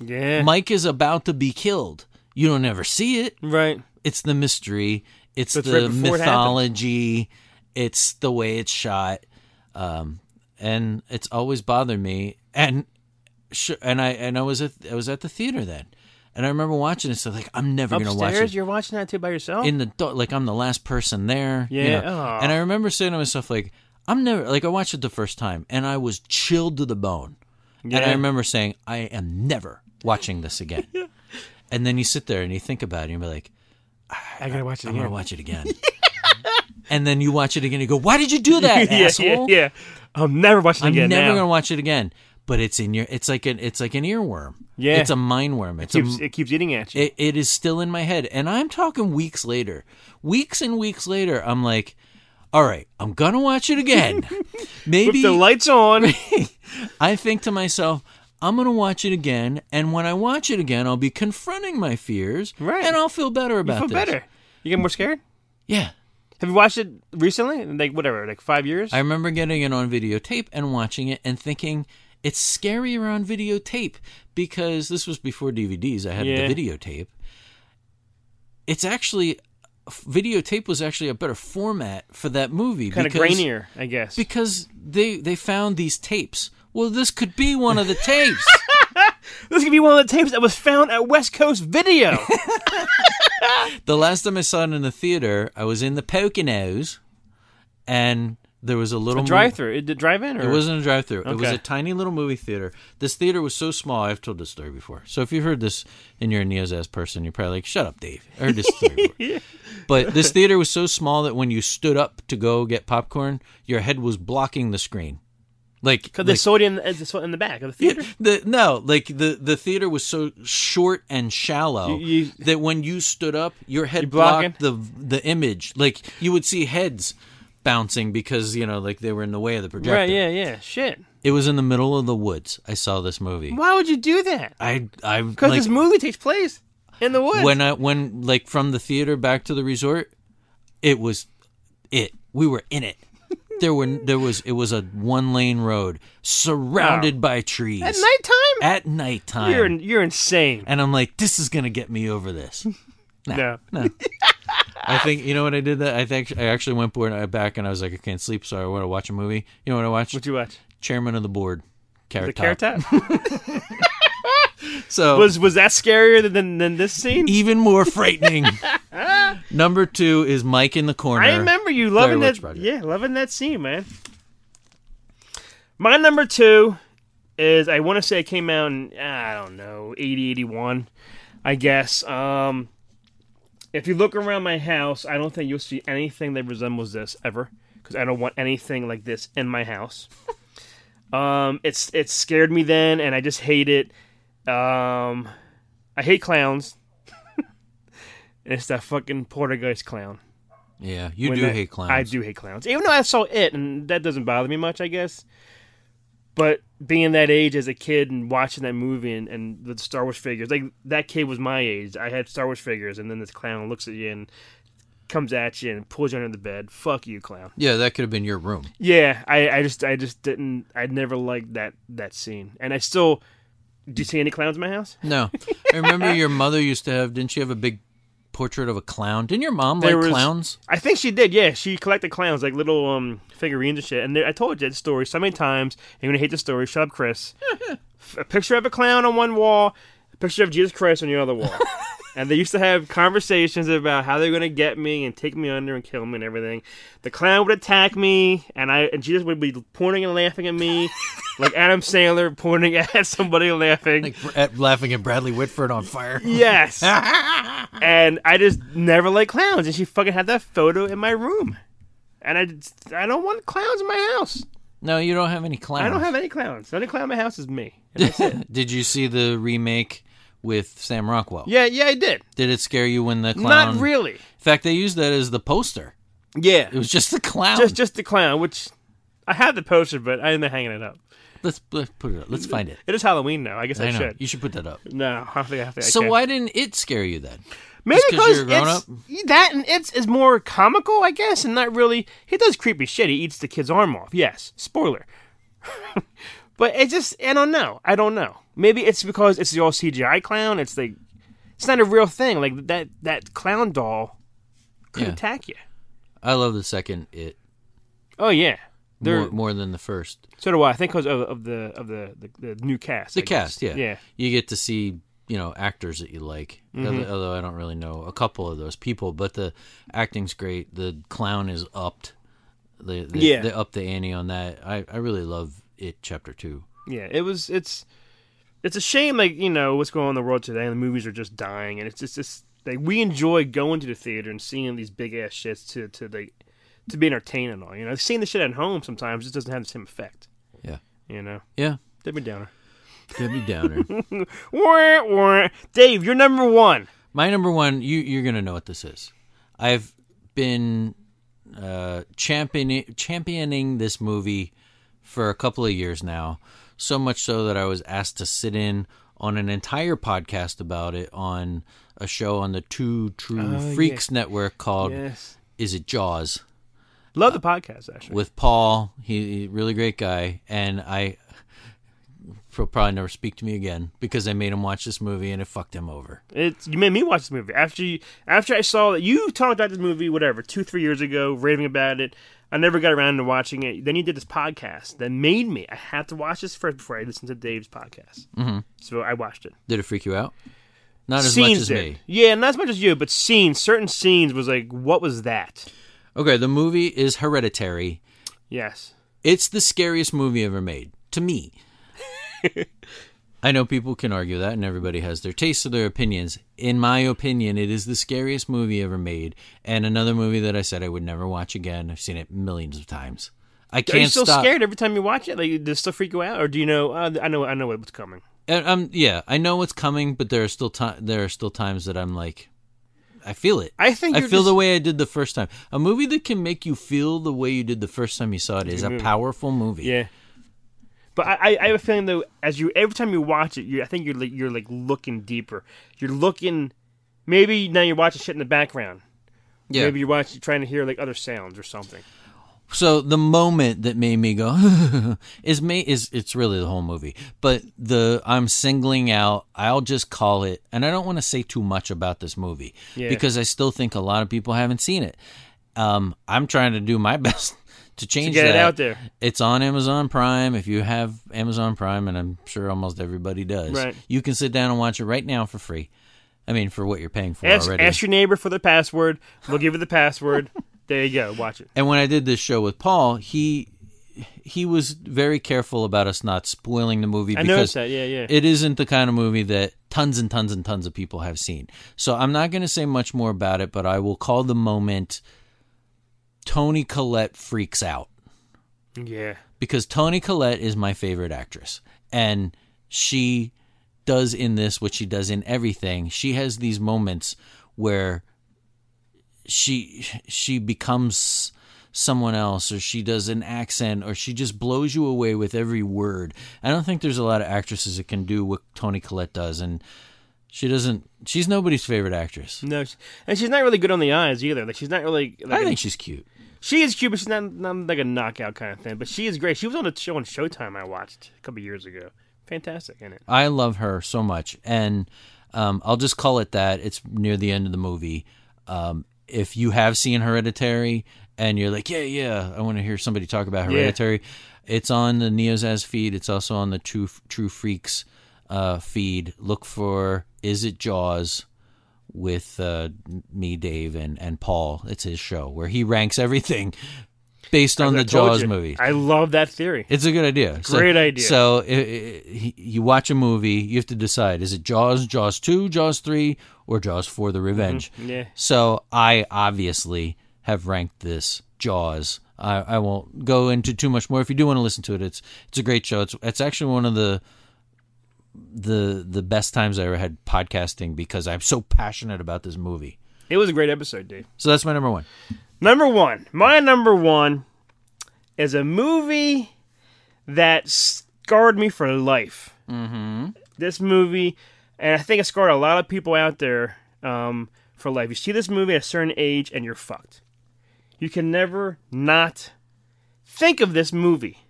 S2: Yeah.
S1: Mike is about to be killed. You don't ever see it.
S2: right.
S1: It's the mystery. It's
S2: That's
S1: the
S2: right before it happened.
S1: mythology. it's the way it's shot, um, and it's always bothered me. And sh- and I and I was at I was at the theater then, and I remember watching it. So like I'm never gonna watch it
S2: Upstairs, you're watching that too by yourself.
S1: in the do- like I'm the last person there. you
S2: Yeah,
S1: know.
S2: aw.
S1: And I remember saying to myself like I'm never like I watched it the first time and I was chilled to the bone. And I
S2: Yeah.
S1: remember saying I am never watching this again. And then you sit there and you think about it and you're like
S2: I gotta watch it
S1: I'm going to watch it again. and then you watch it again and you go why did you do that
S2: yeah,
S1: asshole?
S2: yeah, yeah. I'm never watching it
S1: I'm
S2: again
S1: never
S2: now.
S1: going to watch it again. But it's in your it's like an it's like an earworm.
S2: Yeah.
S1: It's a mind worm. It's a
S2: keeps, it keeps eating at you.
S1: it, it is still in my head and i'm talking weeks later weeks and weeks later i'm like all right i'm gonna watch it again
S2: With
S1: maybe
S2: the lights on,
S1: i think to myself i'm gonna watch it again and when i watch it again i'll be confronting my fears
S2: Right.
S1: and i'll feel better about
S2: feel
S1: this
S2: better. You get more scared?
S1: yeah
S2: Have you watched it recently? Like whatever, like five years?
S1: i remember getting it on videotape and watching it and thinking it's scarier on videotape because this was before dvds i had
S2: Yeah.
S1: the videotape it's actually f- videotape was actually a better format for that movie.
S2: Kind of
S1: because-
S2: grainier, I guess.
S1: Because they they found these tapes. Well, this could be one of the tapes.
S2: this could be one of the tapes that was found at West Coast Video.
S1: the last time I saw it in the theater, I was in the Poconos, and there was a little mo-
S2: Drive-through, the drive-in, or
S1: It wasn't a drive-through. It was
S2: Okay.
S1: a tiny little movie theater. This theater was so small. I've told this story before. So if you've heard this and you're a Neo's ass person, you're probably like, "Shut up, Dave." I heard this story. before. But this theater was so small that when you stood up to go get popcorn, your head was blocking the screen. Like,
S2: because they
S1: like
S2: sold it in, they sold it in uh, the back of the theater.
S1: the no, like the the theater was so short and shallow
S2: You- you-
S1: that when you stood up, your head
S2: blocking?
S1: blocked the the image. Like you would see heads bouncing because you know, like they were in the way of the projector.
S2: Right? Yeah, yeah. Shit.
S1: It was in the middle of the woods. I saw this movie.
S2: Why would you do that?
S1: I I
S2: Because
S1: like
S2: this movie takes place in the woods.
S1: when I when like from the theater back to the resort, it was it. We were in it. There were there was it was a one lane road surrounded by trees
S2: at nighttime.
S1: at nighttime.
S2: You're you're insane.
S1: and I'm like, this is gonna get me over this.
S2: No.
S1: I think you know what I did that I think I actually went bored I- back and I was like, I can't sleep, so I want to watch a movie. You know what I watched?
S2: What you watch?
S1: Chairman of the board, Carrot
S2: The
S1: Top.
S2: Carrot Top?
S1: So
S2: was was that scarier than than this scene?
S1: even more frightening. Number two is Mike in the corner.
S2: I remember you loving
S1: Witch
S2: that.
S1: Project.
S2: Yeah, loving that scene, man. My number two is I want to say it came out in I don't know 80, 81, I guess. Um, if you look around my house, I don't think you'll see anything that resembles this ever because I don't want anything like this in my house. um, it's it scared me then, and I just hate it. Um, I hate clowns. and it's that fucking Portuguese clown.
S1: Yeah, you
S2: when
S1: do
S2: that-
S1: hate clowns.
S2: I do hate clowns. Even though I saw it, and that doesn't bother me much, I guess. But being that age as a kid and watching that movie and, and the Star Wars figures, like that kid was my age. I had Star Wars figures, and then this clown looks at you and comes at you and pulls you under the bed. Fuck you, clown.
S1: Yeah, that could have been your room.
S2: Yeah, I, I just, I just didn't. I never liked that that scene, and I still. Do you see any clowns in my house?
S1: No, I remember your mother used to have. Didn't she have a big portrait of a clown? Didn't your mom
S2: There
S1: like
S2: was-
S1: clowns?
S2: I think she did. Yeah, she collected clowns, like little um figurines and shit. And there, I told you that story so many times. And you're gonna hate the story. Shut up, Chris. F- a picture of a clown on one wall, a picture of Jesus Christ on the other wall. and they used to have conversations about how they're gonna get me and take me under and kill me and everything. The clown would attack me, and I and Jesus would be pointing and laughing at me, like Adam Sandler pointing at somebody and laughing.
S1: Like br- at, laughing at Bradley Whitford on fire.
S2: Yes. and I just never like clowns, and she fucking had that photo in my room. And I, just- I don't want clowns in my house.
S1: No, you don't have any clowns.
S2: I don't have any clowns. The only clown in my house is me.
S1: Did you see the remake with Sam Rockwell?
S2: Yeah, yeah, I did.
S1: Did it scare you when the clown?
S2: Not really.
S1: In fact, they used that as the poster.
S2: Yeah,
S1: It was just the clown.
S2: just just the clown, which I had the poster, but I ended up hanging it up.
S1: let's, let's put it. Up. Let's find it.
S2: It is Halloween now. I guess I,
S1: I know
S2: should.
S1: you should put that up.
S2: No, I don't think I have to.
S1: So why didn't it scare you then?
S2: Maybe
S1: Just 'cause
S2: because
S1: you're a grown
S2: it's that and it's is more comical, I guess, and not really. He does creepy shit. He eats the kid's arm off. Yes, spoiler. but it just I don't know. I don't know. Maybe it's because it's the all CGI clown. It's like it's not a real thing. Like that that clown doll could
S1: Yeah.
S2: attack you.
S1: I love the second it
S2: Oh yeah, They're-
S1: more, more than the first.
S2: so do I. I think because of, of the of the, the the new cast.
S1: The
S2: I guess.
S1: cast, yeah.
S2: yeah.
S1: You get to see, you know, actors that you like.
S2: Mm-hmm.
S1: Although, although I don't really know a couple of those people, but the acting's great. The clown is upped. They, they,
S2: Yeah.
S1: they upped the ante on that. I, I really love it chapter two.
S2: Yeah, it was. It's it's a shame, like you know, what's going on in the world today, and the movies are just dying, and it's just this. Like we enjoy going to the theater and seeing these big ass shits to to the to be entertained and all. You know, seeing the shit at home sometimes just doesn't have the same effect.
S1: Yeah.
S2: You know,
S1: Yeah.
S2: Debbie Downer.
S1: Debbie Downer.
S2: Wah, wah. Dave, you're number one.
S1: My number one, you you're gonna know what this is. I've been uh, championing championing this movie for a couple of years now. So much so that I was asked to sit in on an entire podcast about it on a show on the Two True Freaks network called
S2: Yes,
S1: Is It Jaws
S2: love the podcast actually.
S1: with Paul. He he- really great guy, and I he'll probably never speak to me again because I made him watch this movie and it fucked him over.
S2: It's you made me watch this movie after you, after I saw that you talked about this movie whatever two three years ago raving about it. I never got around to watching it. Then you did this podcast that made me. I had to watch this first before I listened to Dave's podcast. Mm-hmm. So I watched it.
S1: Did it freak you out? Not as much as
S2: did.
S1: me.
S2: Yeah, not as much as you, but scenes. Certain scenes was like, what was that?
S1: Okay, the movie is Hereditary.
S2: Yes.
S1: It's the scariest movie ever made to me. I know people can argue that, and everybody has their tastes or their opinions. In my opinion, it is the scariest movie ever made, and another movie that I said I would never watch again. I've seen it millions of times. I
S2: Are
S1: can't
S2: you still
S1: stop.
S2: scared every time you watch it? Like, does stuff freak you out, or do you know? Uh, I know, I know what's coming.
S1: And, um, yeah, I know what's coming, but there are still ti- there are still times that I'm like, I feel it.
S2: I think
S1: I
S2: you're
S1: feel the
S2: just-
S1: way I did the first time. A movie that can make you feel the way you did the first time you saw it is a powerful movie.
S2: Yeah. But I, I, I have a feeling though, as you every time you watch it, you I think you're like you're like looking deeper. You're looking. Maybe now you're watching shit in the background.
S1: yeah.
S2: Maybe you're watching, trying to hear like other sounds or something.
S1: So the moment that made me go is me is it's really the whole movie, but the I'm singling out. I'll just call it, and I don't want to say too much about this movie
S2: Yeah.
S1: because I still think a lot of people haven't seen it. Um, I'm trying to do my best to change
S2: get it
S1: that.
S2: out there.
S1: It's on Amazon Prime. If you have Amazon Prime, and I'm sure almost everybody does,
S2: Right.
S1: you can sit down and watch it right now for free. I mean, for what you're paying for
S2: Ask,
S1: already.
S2: ask your neighbor for the password. We'll give you the password. there you go. Watch it.
S1: And when I did this show with Paul, he he was very careful about us not spoiling the movie
S2: I
S1: because
S2: noticed that. Yeah, yeah.
S1: it isn't the kind of movie that tons and tons and tons of people have seen. So I'm not going to say much more about it, but I will call the moment Tony Collette freaks out
S2: yeah.
S1: because Tony Collette is my favorite actress, and she does in this what she does in everything. She has these moments where she she becomes someone else or she does an accent or she just blows you away with every word. I don't think there's a lot of actresses that can do what Tony Collette does and she doesn't she's nobody's favorite actress.
S2: No, she- and she's not really good on the eyes either. Like she's not really. Like
S1: I
S2: a-
S1: think she's cute.
S2: she is cute, but she's not, not like a knockout kind of thing. But she is great. She was on a show on Showtime I watched a couple years ago. Fantastic in it.
S1: I love her so much, and um, I'll just call it that. It's near the end of the movie. Um, if you have seen Hereditary and you're like, yeah, yeah, I want to hear somebody talk about Hereditary, it's on the Neozaz feed. It's also on the True True Freaks uh, feed. Look for Is It Jaws with uh, me, Dave, and and Paul. It's his show where he ranks everything based on
S2: I
S1: the
S2: told
S1: Jaws
S2: you.
S1: movies.
S2: I love that theory.
S1: It's a good idea. So-
S2: Great idea.
S1: So i i he- you watch a movie, you have to decide: is it Jaws, Jaws two, Jaws three, or Jaws four: The Revenge?
S2: Mm-hmm. Yeah.
S1: So I obviously have ranked this Jaws. I, I won't go into too much more. If you do want to listen to it, it's it's a great show. It's it's actually one of the the the best times I ever had podcasting because I'm so passionate about this movie.
S2: It was a great episode, Dave.
S1: So that's my number one.
S2: Number one. My number one is a movie that scarred me for life. Mm-hmm. This movie, and I think it scarred a lot of people out there um, for life. You see this movie at a certain age, and you're fucked. You can never not think of this movie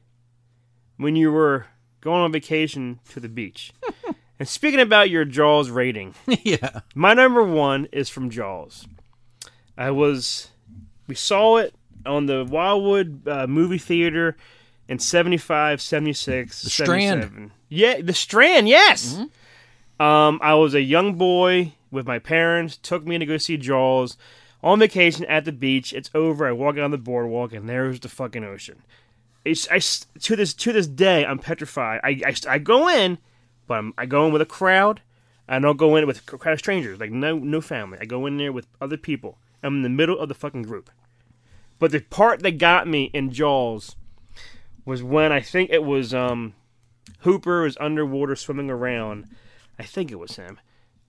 S2: when you were going on vacation to the beach. and speaking about your Jaws rating,
S1: yeah.
S2: my number one is from Jaws. I was, we saw it on the Wildwood uh, movie theater in 75, 76, the
S1: Strand.
S2: Yeah, the Strand, yes. Um, I was a young boy with my parents, took me to go see Jaws on vacation at the beach. It's over. I walk on the boardwalk, and there's the fucking ocean. It's, I s to this to this day, I'm petrified. I, I s- I go in, but I'm, I go in with a crowd. I don't go in with a crowd of strangers, like no no family. I go in there with other people. I'm in the middle of the fucking group. But the part that got me in Jaws was when I think it was um, Hooper was underwater swimming around. I think it was him,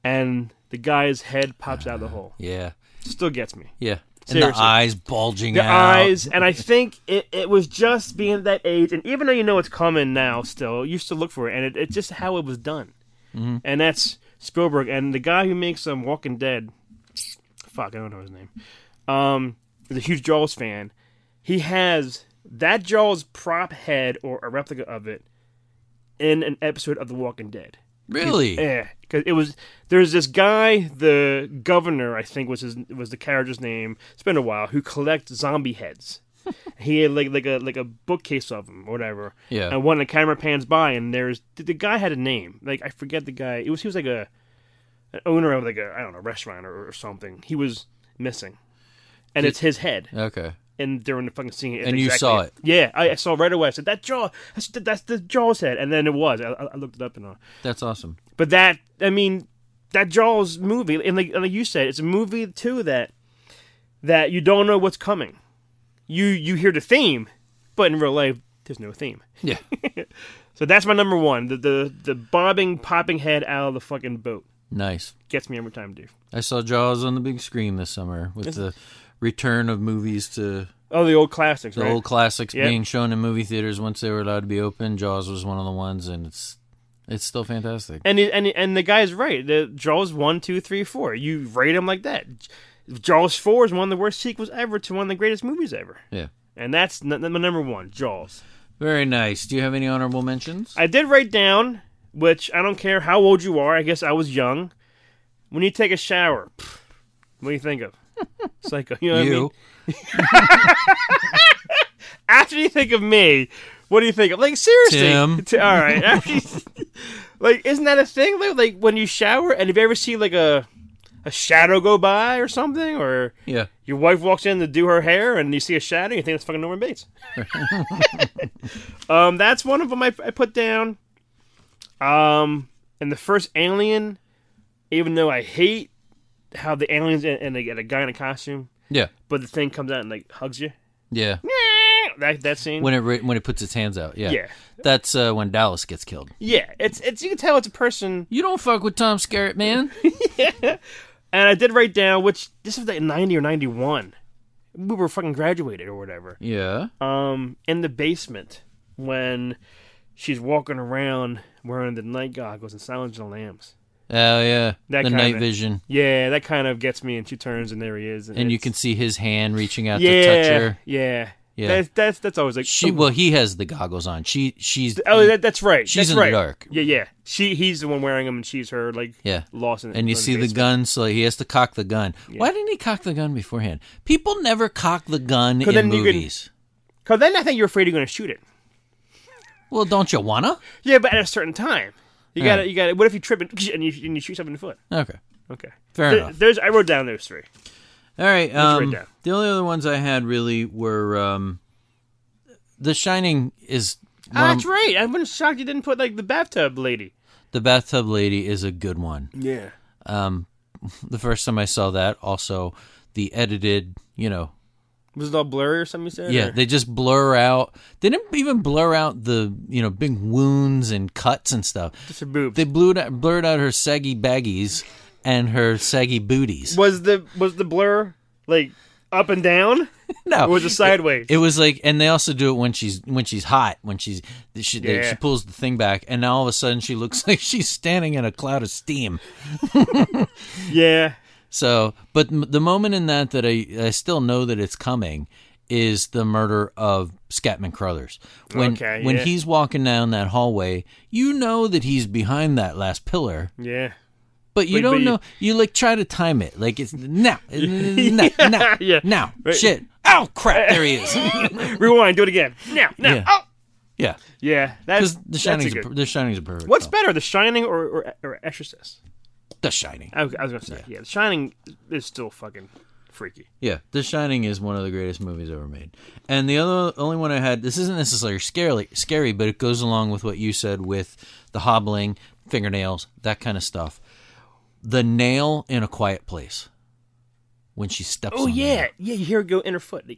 S2: and the guy's head pops out of the hole.
S1: Yeah.
S2: Still gets me.
S1: Yeah. And the
S2: Seriously.
S1: eyes bulging
S2: The
S1: out.
S2: eyes, and I think it, it was just being that age, and even though you know it's coming now, still you still look for it, and it, it's just how it was done, and that's Spielberg and the guy who makes um, Walking Dead. Fuck, I don't know his name. Um, is a huge Jaws fan. He has that Jaws prop head or a replica of it in an episode of The Walking Dead.
S1: Really?
S2: Yeah, because it was there's this guy, the governor, I think was his was the character's name. It's been a while. Who collects zombie heads? he had like like a like a bookcase of them, or whatever.
S1: Yeah.
S2: And one of the camera pans by, and there's the, the guy had a name. Like I forget the guy. It was he was like a an owner of like a I don't know restaurant or, or something. He was missing, and it's his head.
S1: Okay.
S2: And during the fucking scene, it's
S1: And you saw it?
S2: Yeah, I, I saw it right away. I said that jaw. I said, that's the jaw's head, and then it was. I, I I looked it up and all.
S1: That's awesome.
S2: But that, I mean, that Jaws movie, and like, and like you said, it's a movie too that that you don't know what's coming. You you hear the theme, but in real life, there's no theme.
S1: Yeah.
S2: So that's my number one. The the the bobbing, popping head out of the fucking boat
S1: nice.
S2: gets me every time, dude.
S1: I saw Jaws on the big screen this summer with the return of movies to
S2: Oh, the old classics,
S1: the
S2: right?
S1: old classics
S2: Yep.
S1: being shown in movie theaters once they were allowed to be open. Jaws was one of the ones, and it's it's still fantastic.
S2: and it, and it- and the guy's right. The Jaws one, two, three, four. You rate them like that. Jaws four is one of the worst sequels ever to one of the greatest movies ever,
S1: Yeah.
S2: and that's n- n- my number one. Jaws.
S1: Very nice. Do you have any honorable mentions?
S2: I did write down, which I don't care how old you are. I guess I was young. When you take a shower, pff, what do you think of? Psycho. You know what I mean?
S1: you.
S2: After you think of me, what do you think of? Like seriously.
S1: Tim.
S2: T- all right. After you- like isn't that a thing? Like, like when you shower and if you ever see like a a shadow go by or something or
S1: Yeah.
S2: your wife walks in to do her hair and you see a shadow, you think that's fucking Norman Bates. um, that's one of them I, I put down. Um, and the first alien, even though I hate how the aliens and, and they get a guy in a costume,
S1: Yeah.
S2: but the thing comes out and like hugs you.
S1: Yeah.
S2: That that scene.
S1: When it re- when it puts its hands out. Yeah.
S2: yeah,
S1: That's uh, when Dallas gets killed.
S2: yeah. It's it's you can tell it's a person.
S1: You don't fuck with Tom Skerritt, man.
S2: And I did write down which this is like ninety or ninety one. We were fucking graduated or whatever.
S1: yeah.
S2: um, in the basement when she's walking around wearing the night goggles and silencing the lambs.
S1: Oh yeah.
S2: That
S1: the
S2: kinda-
S1: night vision,
S2: Yeah, that kind of gets me. And she turns, and there he is.
S1: and you
S2: it's-
S1: can see his hand reaching out
S2: yeah,
S1: to touch her.
S2: yeah,
S1: Yeah.
S2: That's that's that's always like
S1: She
S2: ooh.
S1: well, he has the goggles on. She she's
S2: Oh, that, that's right.
S1: She's
S2: that's
S1: in the
S2: right.
S1: dark.
S2: Yeah, yeah. She he's the one wearing them, and she's her like
S1: yeah.
S2: lost. In,
S1: And you
S2: in
S1: see the
S2: basement.
S1: gun, so he has to cock the gun. Why didn't he cock the gun beforehand? People never cock the gun in
S2: then you could-
S1: movies.
S2: Cause then I think you're afraid you're gonna shoot it.
S1: Well, don't you wanna?
S2: Yeah, but at a certain time, you
S1: Yeah.
S2: gotta you gotta. What if you trip and, and you and you shoot something in the foot?
S1: Okay,
S2: Okay.
S1: fair
S2: There-
S1: enough.
S2: there's I wrote down those three.
S1: All right.
S2: write
S1: Um,
S2: down.
S1: the only other ones I had really were um, The Shining is
S2: Ah,
S1: one of-
S2: that's right. I was shocked you didn't put like the bathtub lady.
S1: the bathtub lady is a good one.
S2: Yeah.
S1: The first time I saw that, also the edited, you know,
S2: Was it all blurry or something you said?
S1: yeah,
S2: or-
S1: they just blur out. They didn't even blur out the you know big wounds and cuts and stuff.
S2: Just her boobs.
S1: They blew out, blurred out her saggy baggies and her saggy booties.
S2: was the was the blur like up and down?
S1: No,
S2: Or was it sideways?
S1: It was like, and they also do it when she's when she's hot, when she's she they-
S2: Yeah.
S1: she pulls the thing back, and now all of a sudden she looks like she's standing in a cloud of steam.
S2: yeah.
S1: So, but m- the moment in that that I I still know that it's coming is the murder of Scatman Crothers. When
S2: Okay,
S1: when
S2: yeah.
S1: he's walking down that hallway, you know that he's behind that last pillar,
S2: Yeah.
S1: but you
S2: But-
S1: don't
S2: but you-
S1: know. You like try to time it, like it's now, now, now,
S2: Yeah.
S1: now,
S2: Right.
S1: shit. Oh crap! There he is.
S2: Rewind, do it again. Now, now.
S1: Yeah.
S2: Oh.
S1: yeah.
S2: Yeah.
S1: Because
S2: That's
S1: The
S2: that's
S1: Shining's
S2: a
S1: a, oh.
S2: good.
S1: per- The Shining's a perfect.
S2: What's
S1: film.
S2: better, The Shining or or, or Exorcist?
S1: The Shining?
S2: I was, I was gonna say yeah. The Shining is still fucking freaky.
S1: Yeah, The Shining is one of the greatest movies ever made. And the other only one I had. This isn't necessarily scary, scary, but it goes along with what you said with the hobbling, fingernails, that kind of stuff. The nail in a quiet place. When she steps.
S2: Oh
S1: on the
S2: yeah,
S1: nail.
S2: yeah. You hear it go in her foot. Like,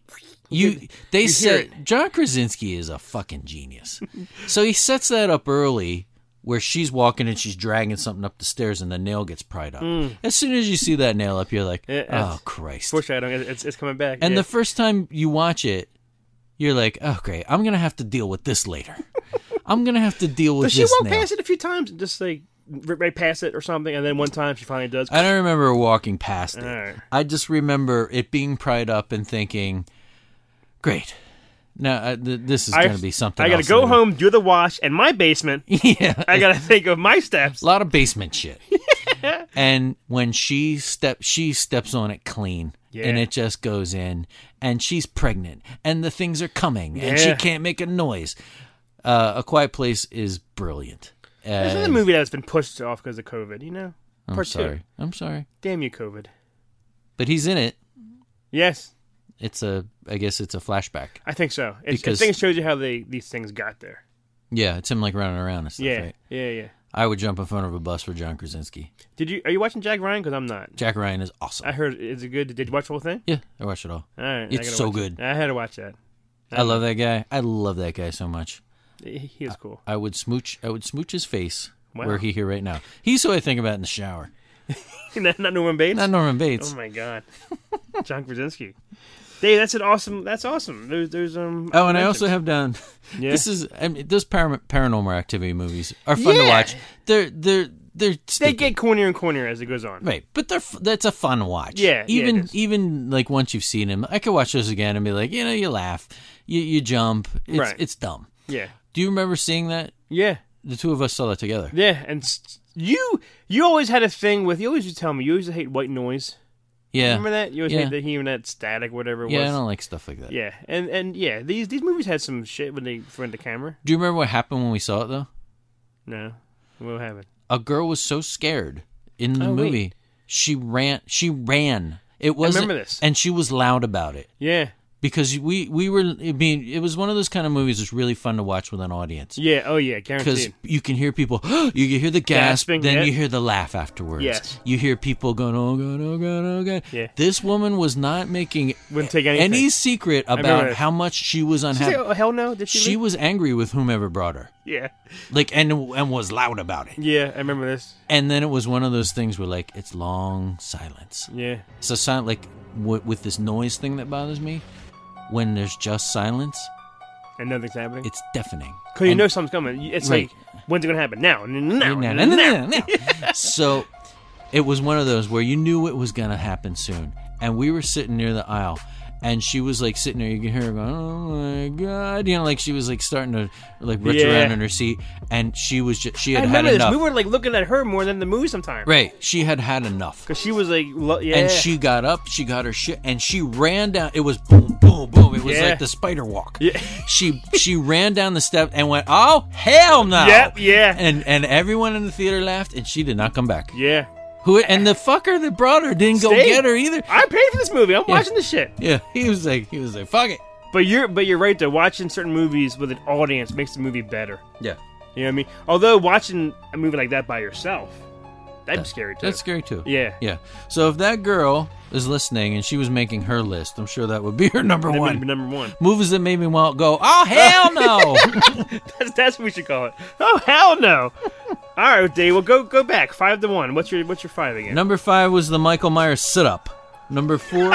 S1: You they
S2: hear
S1: said John Krasinski is a fucking genius. so he sets that up early where she's walking and she's dragging something up the stairs and the nail gets pried up. As soon as you see that nail up, you're like,
S2: Mm. Yeah, that's-
S1: oh Christ.
S2: foreshadowing. it- It's it's coming back.
S1: And
S2: yeah.
S1: the first time you watch it, you're like, oh great, I'm gonna have to deal with this later. I'm gonna have to deal with
S2: But she
S1: this
S2: walked
S1: now.
S2: past it a few times, and just like r- right past it or something, and then one time she finally does.
S1: I don't remember walking past it.
S2: All right.
S1: I just remember it being pried up and thinking, great, No, uh, th- this is
S2: I-
S1: going to be something.
S2: I gotta
S1: else
S2: go
S1: later.
S2: home, do the wash, and my basement.
S1: yeah,
S2: I gotta think of my steps.
S1: a lot of basement shit. and when she step, she steps on it clean, and
S2: Yeah.
S1: it just goes in. And she's pregnant, and the things are coming, and she
S2: Yeah.
S1: can't make a noise. Uh, a Quiet Place is brilliant.
S2: There's
S1: Uh,
S2: another movie that's been pushed off because of COVID. You know,
S1: I'm
S2: Part
S1: sorry.
S2: two.
S1: I'm sorry,
S2: Damn you, COVID.
S1: but he's in it.
S2: Yes,
S1: It's a, I guess it's a flashback.
S2: I think so. It's,
S1: Because-
S2: I think it shows you how they these things got there.
S1: Yeah, it's him like running around and stuff.
S2: yeah,
S1: Right?
S2: yeah, yeah.
S1: I would jump in front of a bus for John Krasinski.
S2: Did you are you watching Jack Ryan? Because I'm not.
S1: Jack Ryan is awesome.
S2: I heard is it good? Did you watch the whole thing?
S1: yeah, I watch it all.
S2: All right, I
S1: It's
S2: gotta
S1: so
S2: watch it.
S1: good.
S2: I had to watch that.
S1: I love that guy. I love that guy so much.
S2: He he is cool.
S1: I would smooch. I would smooch his face
S2: Wow.
S1: where he here right now. He's who I think about in the shower.
S2: not, not Norman Bates.
S1: Not Norman Bates.
S2: Oh my god, John Krasinski. Dave, that's an awesome. That's awesome. There's there's um.
S1: oh, and I
S2: mentions.
S1: also have down.
S2: Yeah.
S1: This is I mean, those par- paranormal activity movies are fun to
S2: Yeah.
S1: watch. They're they're they're
S2: they
S1: stupid.
S2: get cornier and cornier as it goes on.
S1: right, but they're f- that's a fun watch.
S2: Yeah, yeah, it
S1: even
S2: is.
S1: even like once you've seen him, I could watch those again and be like, you know, you laugh, you you jump. It's,
S2: Right.
S1: it's dumb.
S2: Yeah,
S1: Do you remember seeing that?
S2: yeah,
S1: The two of us saw that together.
S2: yeah. And s- you you always had a thing with you always used to tell me you always hate white noise.
S1: Yeah.
S2: Remember that you always
S1: Yeah.
S2: hate the hearing that static whatever it
S1: yeah, I
S2: was.
S1: don't like stuff like that.
S2: Yeah, and and yeah, these these movies had some shit when they front the camera.
S1: Do you remember what happened when we saw it though?
S2: No, what happened?
S1: a girl was so scared in the
S2: Oh, wait.
S1: movie she ran she ran it was
S2: remember this.
S1: and she was loud about it
S2: Yeah,
S1: because we we were i mean it was one of those kind of movies that's really fun to watch with an audience
S2: yeah, oh yeah,
S1: because
S2: guaranteed.
S1: you can hear people you can hear the gasp
S2: Gasping,
S1: then
S2: yeah.
S1: you hear the laugh afterwards
S2: Yes.
S1: you hear people going oh god oh god oh god
S2: Yeah.
S1: this woman was not making
S2: Wouldn't take anything.
S1: any secret
S2: remember
S1: about
S2: it.
S1: how much she was
S2: Did you say,
S1: unhappy
S2: oh hell no! Did she?
S1: she
S2: leave?
S1: was angry with whomever brought her
S2: Yeah,
S1: like and and was loud about it
S2: yeah, I remember this.
S1: and then it was one of those things where like it's long silence
S2: Yeah,
S1: so silent like w- with this noise thing that bothers me when there's just silence
S2: and nothing's happening.
S1: it's deafening
S2: Cause you
S1: And-
S2: know something's coming. You- It's
S1: Right.
S2: like when's it gonna happen? Now, N- now,
S1: No,
S2: now,
S1: no, no, no, no. so it was one of those where you knew it was going to happen soon and we were sitting near the aisle and she was like sitting there you could hear her going oh my god you know like she was like starting to like reach
S2: Yeah.
S1: around in her seat and she was just she
S2: I
S1: had had
S2: remember this.
S1: enough
S2: We were like looking at her more than the movie sometimes.
S1: right she had had enough
S2: Cause she was like, lo- yeah,
S1: and she got up, she got her shit, and she ran down. It was boom, boom, boom. It was
S2: Yeah.
S1: like the spider walk.
S2: Yeah.
S1: She she ran down the step and went, "Oh hell no!"
S2: Yep, yeah.
S1: And and everyone in the theater laughed, and she did not come back.
S2: yeah.
S1: Who and the fucker that brought her didn't go
S2: Stay.
S1: get her either.
S2: I paid for this movie. I'm watching this shit.
S1: Yeah, he was like, he was like, "Fuck it."
S2: But you're, but you're right though. Watching certain movies with an audience makes the movie better.
S1: Yeah,
S2: You know what I mean? Although watching a movie like that by yourself, that'd be scary too.
S1: that's scary too.
S2: Yeah.
S1: yeah. So if that girl is listening and she was making her list, I'm sure that would be her number
S2: That would
S1: one.
S2: be number one.
S1: Movies that made me want go, "Oh hell no!"
S2: That's, that's what we should call it. Oh hell no! All right, Dave. Well, go go back five to one. What's your what's your five again?
S1: Number five was the Michael Myers sit up. Number four,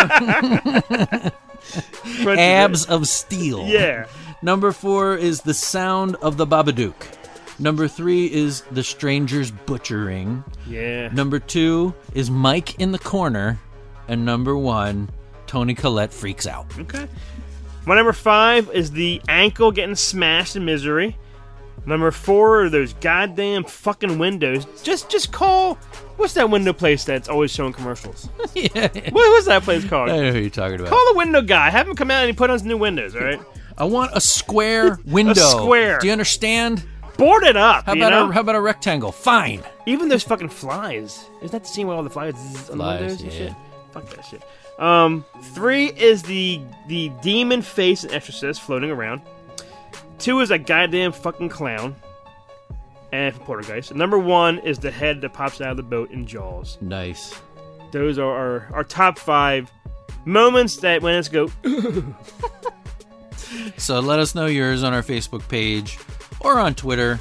S2: Front-
S1: abs of steel.
S2: Yeah.
S1: Number four is the sound of the Babadook. Number three is the stranger's butchering.
S2: Yeah.
S1: Number two is Mike in the corner, and number one, Tony Collette freaks out.
S2: Okay. My number five is the ankle getting smashed in misery. Number four are those goddamn fucking windows. Just just call what's that window place that's always showing commercials?
S1: yeah,
S2: what was that place
S1: I
S2: called?
S1: know who you're talking about.
S2: Call the window guy. Have him come out and he put on some new windows, all right?
S1: I want a square window.
S2: square.
S1: Do you understand?
S2: Board it up.
S1: How
S2: you
S1: about
S2: know?
S1: a how about a rectangle? Fine.
S2: Even those fucking flies. Isn't that the scene where all the flies zzz on
S1: Flies,
S2: the windows and
S1: yeah.
S2: shit? Fuck that shit. Um, three is the the demon face and exorcist floating around. Two is a goddamn fucking clown. And from Poltergeist. Number one is the head that pops out of the boat in Jaws.
S1: Nice.
S2: Those are our, our top five moments that when us go,
S1: So let us know yours on our Facebook page or on Twitter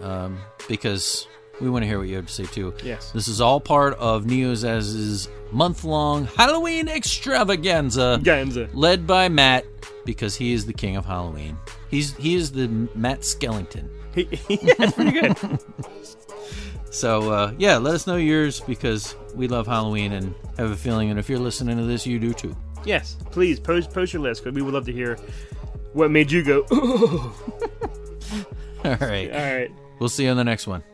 S1: um, because we want to hear what you have to say too.
S2: Yes.
S1: This is all part of Neo's As's month long Halloween extravaganza
S2: Ganza.
S1: led by Matt because he is the king of Halloween. He's he is the Matt Skellington.
S2: That's pretty good.
S1: So uh, yeah, let us know yours because we love Halloween and have a feeling and if you're listening to this you do too.
S2: Yes, please post post your list because we would love to hear What made you go?
S1: All right.
S2: All right.
S1: We'll see you on the next one.